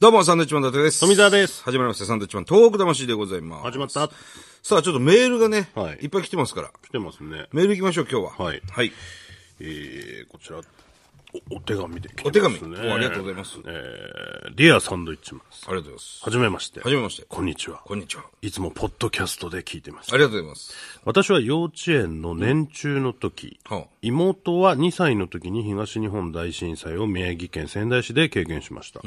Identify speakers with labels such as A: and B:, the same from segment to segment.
A: どうも、サンドウィッチマン伊達です。
B: 富澤です。
A: 始まりました、サンドウィッチマン、東北魂でございます。
B: 始まった。
A: さあ、ちょっとメールがね、
B: はい
A: い、っぱい来てますから、
B: 来てますね。
A: メール行きましょう、今日は。
B: はい
A: はい。
B: えー、こちら、おお手紙で来てます、ね。
A: お手紙おありがとうございます
B: えー、ディアサンドイッチマンです。
A: ありがとうございます。
B: はじめまして。
A: はじめまして
B: こんにちは。
A: こんにちは。
B: いつもポッドキャストで聞いてます
A: あ。りがとうございます。
B: 私は幼稚園の年中の時、
A: うんはあ
B: 妹は2歳の時に東日本大震災を宮城県仙台市で経験しました、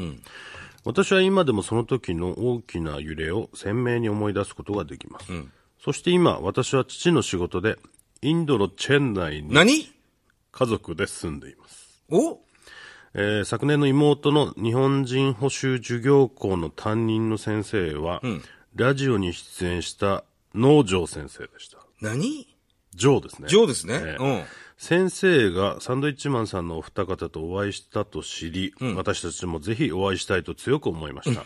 B: 私は今でもその時の大きな揺れを鮮明に思い出すことができます、そして今私は父の仕事でインドのチェンナイに
A: 何
B: 家族で住んでいます
A: お
B: えー昨年の妹の日本人補習授業校の担任の先生は、ラジオに出演した農場先生でした。
A: 何
B: ジョーですね。
A: ジョーですね。
B: ええ先生がサンドイッチマンさんのお二方とお会いしたと知り、私たちもぜひお会いしたいと強く思いま した。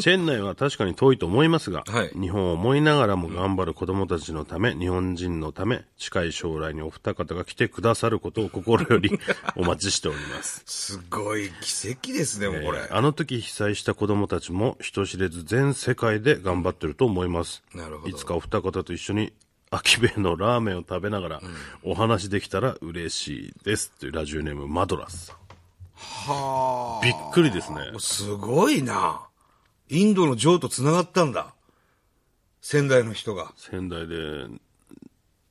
B: チェン内は確かに遠いと思いますが、
A: はい
B: 日本を思いながらも頑張る子供たちのため、日本人のため、近い将来にお二方が来てくださることを心より お待ちしております。
A: すごい奇跡ですね、もうこれ。
B: あの時被災した子供たちも人知れず全世界で頑張ってると思います。
A: なるほど
B: いつかお二方と一緒に秋兵衛のラーメンを食べながらお話できたら嬉しいです。というラジオネームマドラスさん。
A: は
B: びっくりですね。
A: あ。すごいな。インドのジョーと繋がったんだ。仙台の人が。
B: 仙台で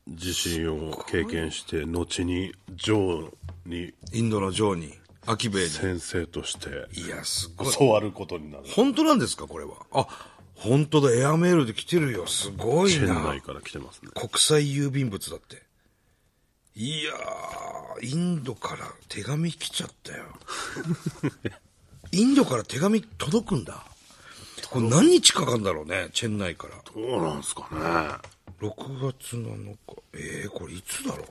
B: 地震を経験して、後にジョーに
A: インドのジョーに、アキベイに。
B: 先生として
A: いや、すごい。
B: 教わることになる。
A: 本当なんですかこれは。あ、本当だ。エアメールで来てるよ。すごい
B: 仙
A: な
B: 台。から来てますね。
A: 国際郵便物だって。いやー、インドから手紙来ちゃったよ。インドから手紙届くんだ。これ何日かかんだろうね。チェン内から。
B: どうなんですかね。
A: 6月7日。えー、これいつだろう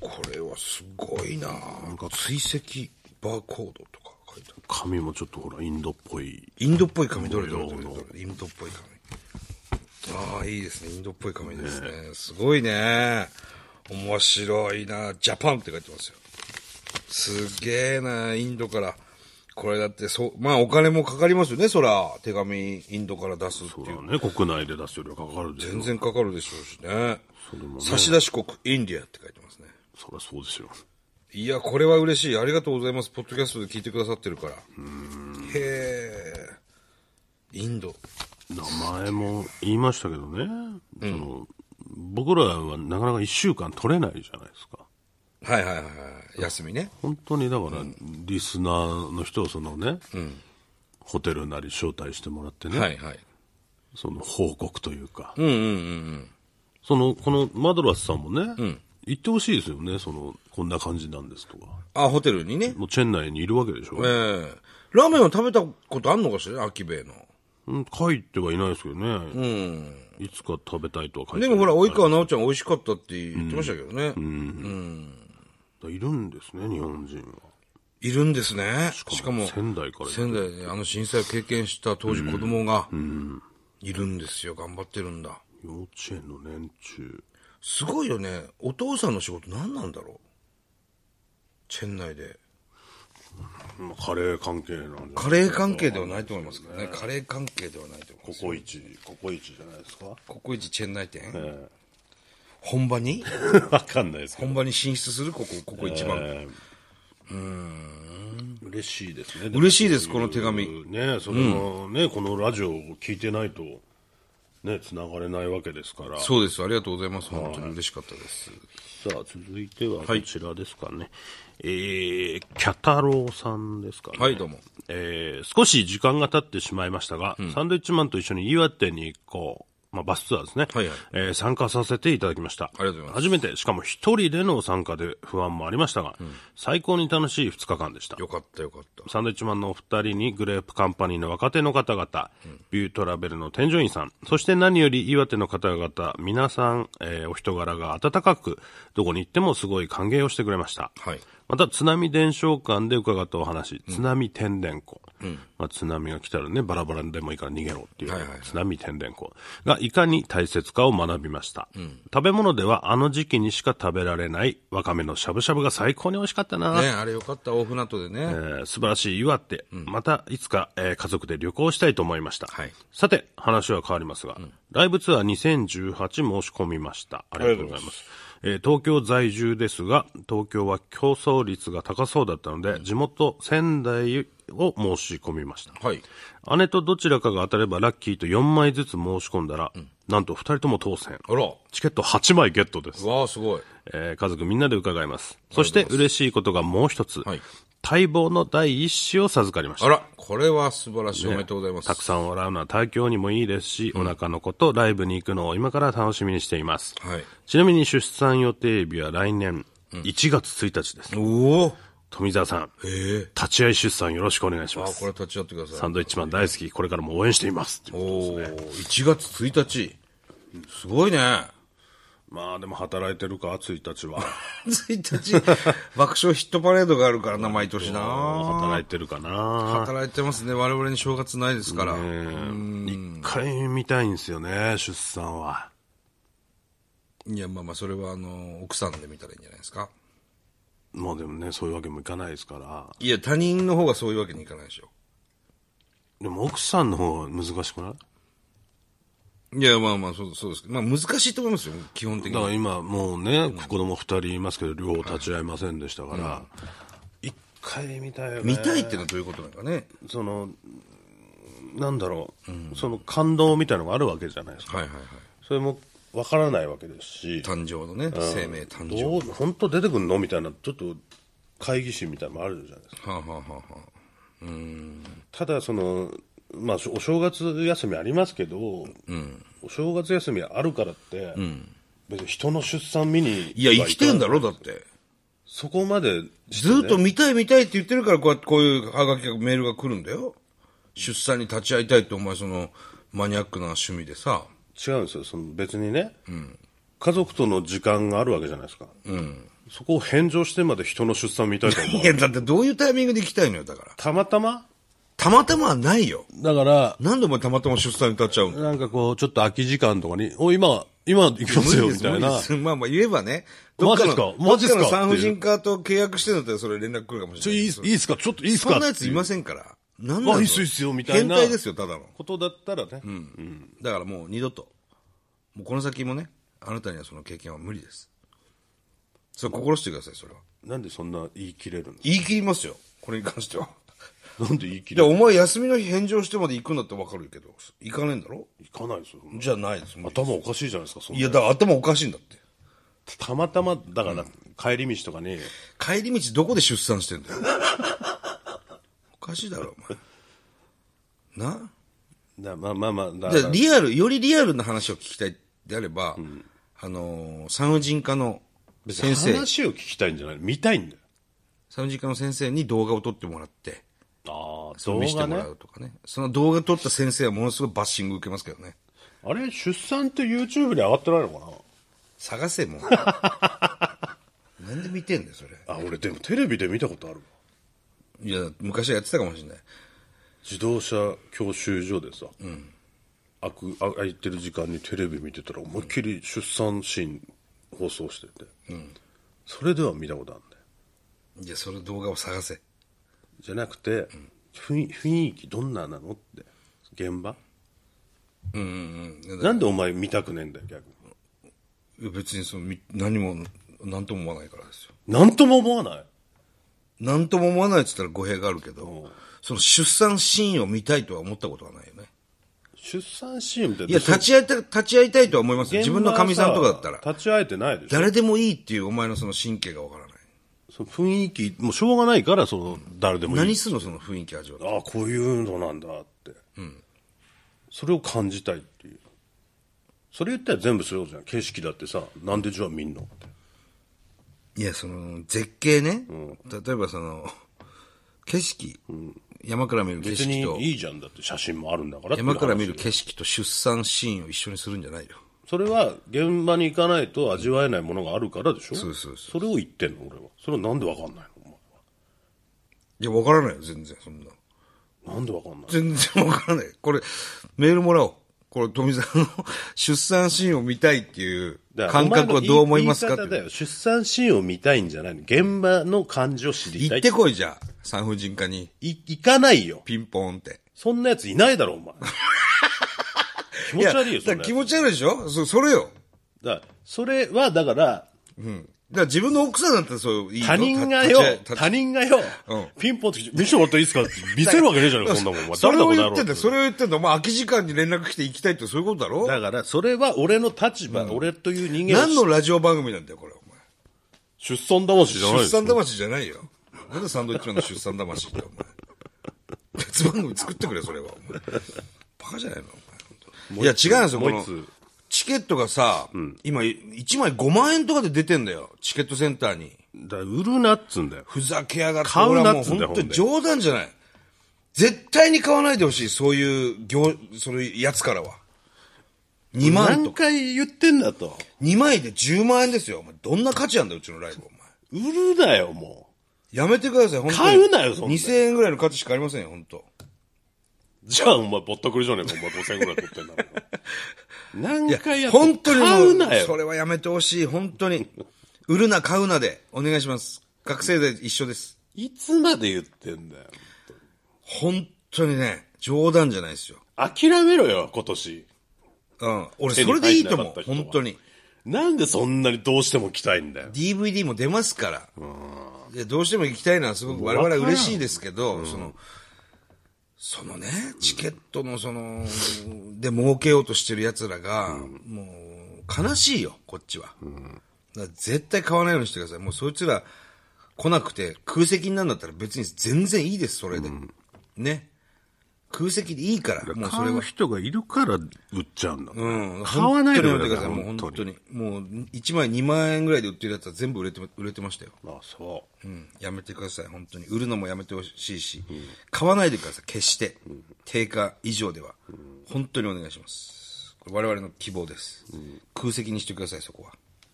A: これはすごいななんか追跡バーコードとか書いてある。
B: 髪もちょっとほら、インドっぽい。
A: インドっぽい髪どれどれどれどれインドっぽい髪。ああ、いいですね。インドっぽい髪ですね。すごいね。面白いな。ジャパンって書いてますよ。すげえな、インドから。これだって、そう、まあお金もかかりますよね、そら。手紙、インドから出すって
B: そう
A: いう。
B: だね。国内で出すよりはかかるでしょ。
A: 全然かかるでしょうしね。
B: れもね
A: 差出国、インディアって書いてますね。
B: そりゃそうですよ。
A: いや、これは嬉しい。ありがとうございます。ポッドキャストで聞いてくださってるから。へえ。インド。
B: 名前も言いましたけどね。その僕らはなかなか一週間取れないじゃないですか。
A: はいはいはいはい。休みね。
B: 本当にだから、リスナーの人をそのね、ホテルなり招待してもらってね、
A: はいはい。
B: その報告というか、
A: うんうんうん
B: その、このマドラスさんもね、行ってほしいですよね、その、こんな感じなんですとか。
A: うん。あ、ホテルにね。
B: もうチェン内にいるわけでしょ、
A: ええラーメンを食べたことあんのかしらね、秋兵衛の。
B: うん書いてはいないですけどね、いつか食べたいとは書いて
A: で
B: な
A: も
B: い
A: ほら、及川奈緒ちゃん美味しかったって言ってましたけどね。
B: いるんですね、日本人は。
A: いるんですね。し
B: し
A: か
B: か
A: も
B: も、仙台からいる
A: 仙台であの震災を経験した当時子供が、いるんですよ。頑張ってるんだ。
B: 幼稚園の年中。
A: すごいよね。お父さんの仕事何なんだろうチェン内で。
B: まあ、カレー関係なんじゃない
A: カレー関係ではないと思いますけどね。カレー関係ではないと思います。
B: ココイチ、ココイチじゃないで すか
A: ココイチチェン内店、
B: え
A: 本場に
B: えわかんないですけど。
A: 本場に進出するここ、ここ一番。
B: ええ嬉しいですね。
A: 嬉しいです
B: もそう
A: この手
B: いうね、その、ね、このラジオを聞いてないと、ね、繋がれないわけですから。さ
A: そうです。ありがとうございます。本当に嬉しかったです。
B: あ、続いてはこちらですかね。えー、キャタロウさんですかね。
A: はい、どうも。
B: えー少し時間が経ってしまいましたが、サンドイッチマンと一緒に岩手に行こう、まあ、バスツアーですね、
A: はいはい
B: えー参加させていただきました。あ
A: りがとうございます
B: 初めて、しかも一人での参加で不安もありましたが、最高に楽しい2日間でした。
A: よかった、よかった。
B: サンドイッチマンのお二人にグレープカンパニーの若手の方々、ビュートラベルの添乗員さん、そして何より岩手の方々、皆さん、えーお人柄が温かく、どこに行ってもすごい歓迎をしてくれました。
A: はい
B: また津波伝承館で伺ったお話、津波天然湖、まあ、津波が来たらね、バラバラでもいいから逃げろっていう、
A: はいはいはい
B: 津波天然湖がいかに大切かを学びました、食べ物ではあの時期にしか食べられないわかめのしゃぶしゃぶが最高に美味しかったな、
A: ね、あれよかった、大船渡でね。
B: えー素晴らしい岩手、またいつか、えー家族で旅行したいと思いました、
A: はい
B: さて話は変わりますが、ライブツアー2018申し込みましたありがとうございますえー東京在住ですが東京は競争率が高そうだったので、地元仙台を申し込みました
A: はい。
B: 姉とどちらかが当たればラッキーと4枚ずつ申し込んだら、なんと2人とも当選
A: あら、わ
B: チケット8枚ゲットです
A: あ、すごい。
B: えー家族みんなで伺います。そして嬉しいことがもう一つ、
A: はい
B: 待望の第一子を授かりました。
A: あら、これは素晴らしい。おめでとうございます。
B: たくさん笑うのは体調にもいいですし、お腹のこと、ライブに行くのを今から楽しみにしています。
A: はい。
B: ちなみに出産予定日は来年1月1日です。
A: おお
B: 富澤さん、
A: へえ。
B: 立ち会い出産よろしくお願いし
A: あ
B: ま
A: ー、
B: す。
A: これ立ち寄ってくださ
B: サ
A: い。
B: ンドイッチマン大好き、これからも応援しています。
A: おお1月1日。すごい ね。
B: まあでも働いてるか、1日は。
A: 1日、 爆笑ヒットパレード があるからな、毎年な。
B: 働いてるかな。
A: 働いてますね。我々に正月ないですから。
B: 一回見たいんですよね、出産は。
A: いや、まあまあ、それは、あの、奥さんで見たらいいんじゃないですか。
B: まあでもね、そういうわけもいかないですから。
A: いや、他人の方がそういうわけにいかないでしょ。
B: でも奥さんの方が難しくない
A: いや、まあまあ、そうそうですけど。まあ、難しいと思いますよ、基本的
B: だ
A: に
B: か。ら今もうね、子供二人いますけど、両方立ち会いませんでしたから、一回見たいよね。
A: 見たいってのはどういうことなのかね。
B: その、なんだろう、その感動みたいのがあるわけじゃないですか。
A: はいはいはい。
B: それもわからないわけですし、
A: 誕生のね、生命誕生。
B: どう、本当出てくんのみたいな、ちょっと会議室みたいなのもあるじゃないですか。
A: はあ、はあはあはあ、
B: ただその、まあ、お正月休みありますけど、お正月休みあるからって、別に人の出産見に
A: いや、生きてんだ
B: ろ
A: ろ、だって。
B: そこまで
A: ずっと見たい見たいって言ってるから、こうやってこういうハガキがメールが来るんだよ。出産に立ち会いたいって、お前その、マニアックな趣味でさ。
B: 違うんですよその別にね、家族との時間があるわけじゃないですか、そこを返上してまで人の出産見たいと思う
A: いや、だってどういうタイミングで行きたいのよ、だから。
B: たまたま
A: たまたまはないよ。
B: だから
A: なんでお前たまたま出産に立っちゃうの
B: なんかこうちょっと空き時間とかに「お今今行きますよ」みたい
A: 無理
B: な
A: ですまあまあ言えばね。
B: マジっすかマジっすか
A: どっかの産婦人科と契約してんだったらそれ連絡来るかも
B: 「ち
A: し
B: ょ
A: れない
B: い
A: い。
B: いっすいいっすかちょっといいっすか」
A: そんなやついま
B: って
A: せんから。なんなん
B: あ
A: だ
B: いいっすよいいっすよみたいな
A: 変態ですよ、ただの
B: い。うことだったらね、
A: だからもう二度と。もうこの先もね、あなたにはその経験は無理です。それ心してください、それは。
B: なんでそんな言い切れるんです
A: 言い切りますよ、これに関しては。
B: かなんで言い切
A: いや、
B: れる
A: お前休みの日返上してまで行くんだってわかるけど、行かねえんだろ
B: いかないですよ。
A: じゃないです、無理
B: 頭おかしいじゃないですか、そんない
A: や、だから頭おかしいんだって。
B: たまたま、だから、帰り道とかに、
A: 帰り道どこで出産してんだよ。 おかしいだろ、お前。な
B: だまあまあまあ、だか
A: じゃ
B: ら
A: あリアル、よりリアルな話を聞きたいであれば、あのー産婦人科の先生、
B: 話を聞きたいんじゃない見たいんだよ。
A: 産婦人科の先生に動画を撮ってもらって、
B: ああ、
A: 見
B: 動
A: せて
B: 画
A: もら
B: ね。
A: うとかね。その動画撮った先生はものすごいバッシング受けますけどね。
B: あれ、出産って YouTube に上がってないのか
A: 探せ、 もう。なんで見てんだよ、それ。
B: なあ、俺でもテレビで見たことあるわ
A: いや、昔はやってたかもしれない。
B: 自動車教習所でさ、あくあ空いてる時間にテレビ見てたら思いっきり出産シーン放送してて、それでは見たことあるんだよ。
A: いや、その動画を探せ。
B: じゃなくて、雰囲雰囲気どんななのって、現場
A: うんうん。
B: なんでお前見たくねえんだよ、逆に。
A: いや別にその、み何も、何とも思わないからですよ。
B: なんとも思わない
A: 何とも思わないって言ったら語弊があるけど、その出産シーンを見たいとは思ったことはないよね。
B: 出産シーンって。
A: いや、立ち会いた、立ち会いたいとは思いますよ。自分の神さんとかだったら。
B: 立ち会えてないでしょ。
A: 誰でもいいっていうお前のその神経がわからない。
B: その雰囲気、もうしょうがないから、その、誰でもいい。
A: 何すんのその雰囲気味わって。
B: ああ、こういうのなんだって。それを感じたいっていう。それ言ったら全部そうじゃん。景色だってさ、なんでじゃあ見んのって。
A: いや、その、絶景ね。例えばその、景色。山から見る景
B: 別
A: 色と
B: に、いいじゃんだって写真もあるんだからっていう話
A: 山から見る景色と出産シーンを一緒にするんじゃないよ。
B: それは現場に行かないと味わえないものがあるからでしょ
A: そうそうそ
B: れを言ってんの俺は。それはなんでわかんないの
A: いや、わからないよ、全然、そんな。
B: なんでわかんない
A: 全然わからない。これ、メールもらおう。これ、富澤の 出産シーンを見たいっていう
B: だから
A: 感覚はどう思いますか
B: お前の言い言
A: っ
B: い方
A: て
B: だ。よ出産シーンを見たいんじゃないの現場の感じを知りた
A: 行
B: い
A: ってこい、じゃあ。産婦人科に。
B: い行かないよ
A: ピンポーンって。
B: そんなやついないだろお 前
A: だから気持
B: 気持ち悪いよそんなや
A: ち悪いでしょそそれよ。
B: つだからそれはだから
A: うん。だから自分の奥さんだったらそういいよ
B: 他人が
A: 立
B: よ
A: ち会い、立ち
B: 他人がよ、
A: うん
B: ピンポンって来て、見せてもらっていいですかって見せるわけねえじゃねえ、そんなもん。お前
A: それを言
B: 誰だ
A: ってんだよ、それを言ってんだよ。お前空き時間に連絡来て行きたいってそういうことだろ
B: だから、それは俺の立場、俺という人間を
A: 何のラジオ番組なんだよ、これ、お
B: 出産魂じゃない
A: 前。
B: で
A: 出
B: すよ
A: 産魂じゃないよ。なんでサンドイッチマンの出産魂って、お前。別番組作ってくれ、それは、お前。バカじゃないの、お前。いや、違うんですよ、こ
B: もう一
A: の
B: つ。
A: チケットがさ、今、1枚5万円とかで出てんだよ、チケットセンターに。
B: だから売るなっつうんだよ。
A: ふざけやがって。
B: 買う
A: 俺
B: な
A: は
B: っ
A: も
B: つうんだよ
A: 本当に冗談じゃない。絶対に買わないでほしい、そういう業、そのやつからは。2万と
B: 何
A: か。
B: 回言ってんだと。
A: 2枚で10万円ですよ。お前どんな価値なんだよ、うちのライブ、お前。
B: 売るなよ、も
A: やめてください、本当に。
B: 買うなよそんな
A: 2000円ぐらいの価値しかありませんよ、本当。
B: う。じゃあ、お前、ぼったくりじゃねえか、お前、5000円ぐらい取ってんだろ。何回やって
A: 本当にも
B: 買うな
A: そ
B: よ。
A: れはやめてほしい、本当に。売るな、買うなで、お願いします。学生で一緒です。
B: いつまで言ってんだよ。
A: 本当にね、冗談じゃないですよ。
B: 諦めろよ、今年。
A: うん。俺、それでいいと思う、
B: 手に入ってなかった人は
A: 本当に。
B: なんでそんなにどうしても来たいんだよ。
A: DVD も出ますから。いやどうしても行きたいのはすごく我々は嬉しいですけど、その、そのね、チケットのその、で儲けようとしてる奴らが、もう、悲しいよ、こっちは。だから絶対買わないようにしてください。もうそいつら来なくて空席になるんだったら別に全然いいです、それで。ね。空席でいいから、もうそれ
B: 買
A: は
B: う。人がいるから売っちゃうんだもん。
A: うん
B: 買わないで
A: 本
B: く
A: 当に
B: だ
A: や
B: さ
A: めてくださ
B: い
A: い。もう本当に。もう1枚2万円ぐらいで売ってるやつは全部売れて、売れてましたよ。
B: あ、そ
A: うん、やめてください、本当に。売るのもやめてほしいし、買わないでください、決して。定価以上では。本当にお願いします。これ我々の希望です。空席にしてください、そこは。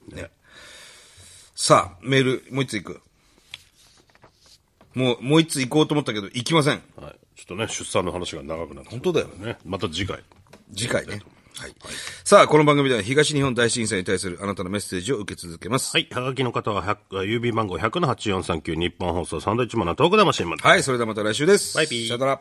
A: ね。さあ、メール、もう一つ行く。もう、もう一つ行こうと思ったけど、行きません。
B: う。はい。ちょっとね、出産の話が長くなって。本
A: 当だよ
B: ね。また次回。
A: 次回ね。はい。さあ、この番組では東日本大震災に対するあなたのメッセージを受け続けます。
B: はい。はがきの方は、100あ郵便番号100-8439日本放送サンドイッチマンのトーク魂まで。
A: はい、それではまた来週です。
B: バイビー
A: さよなら。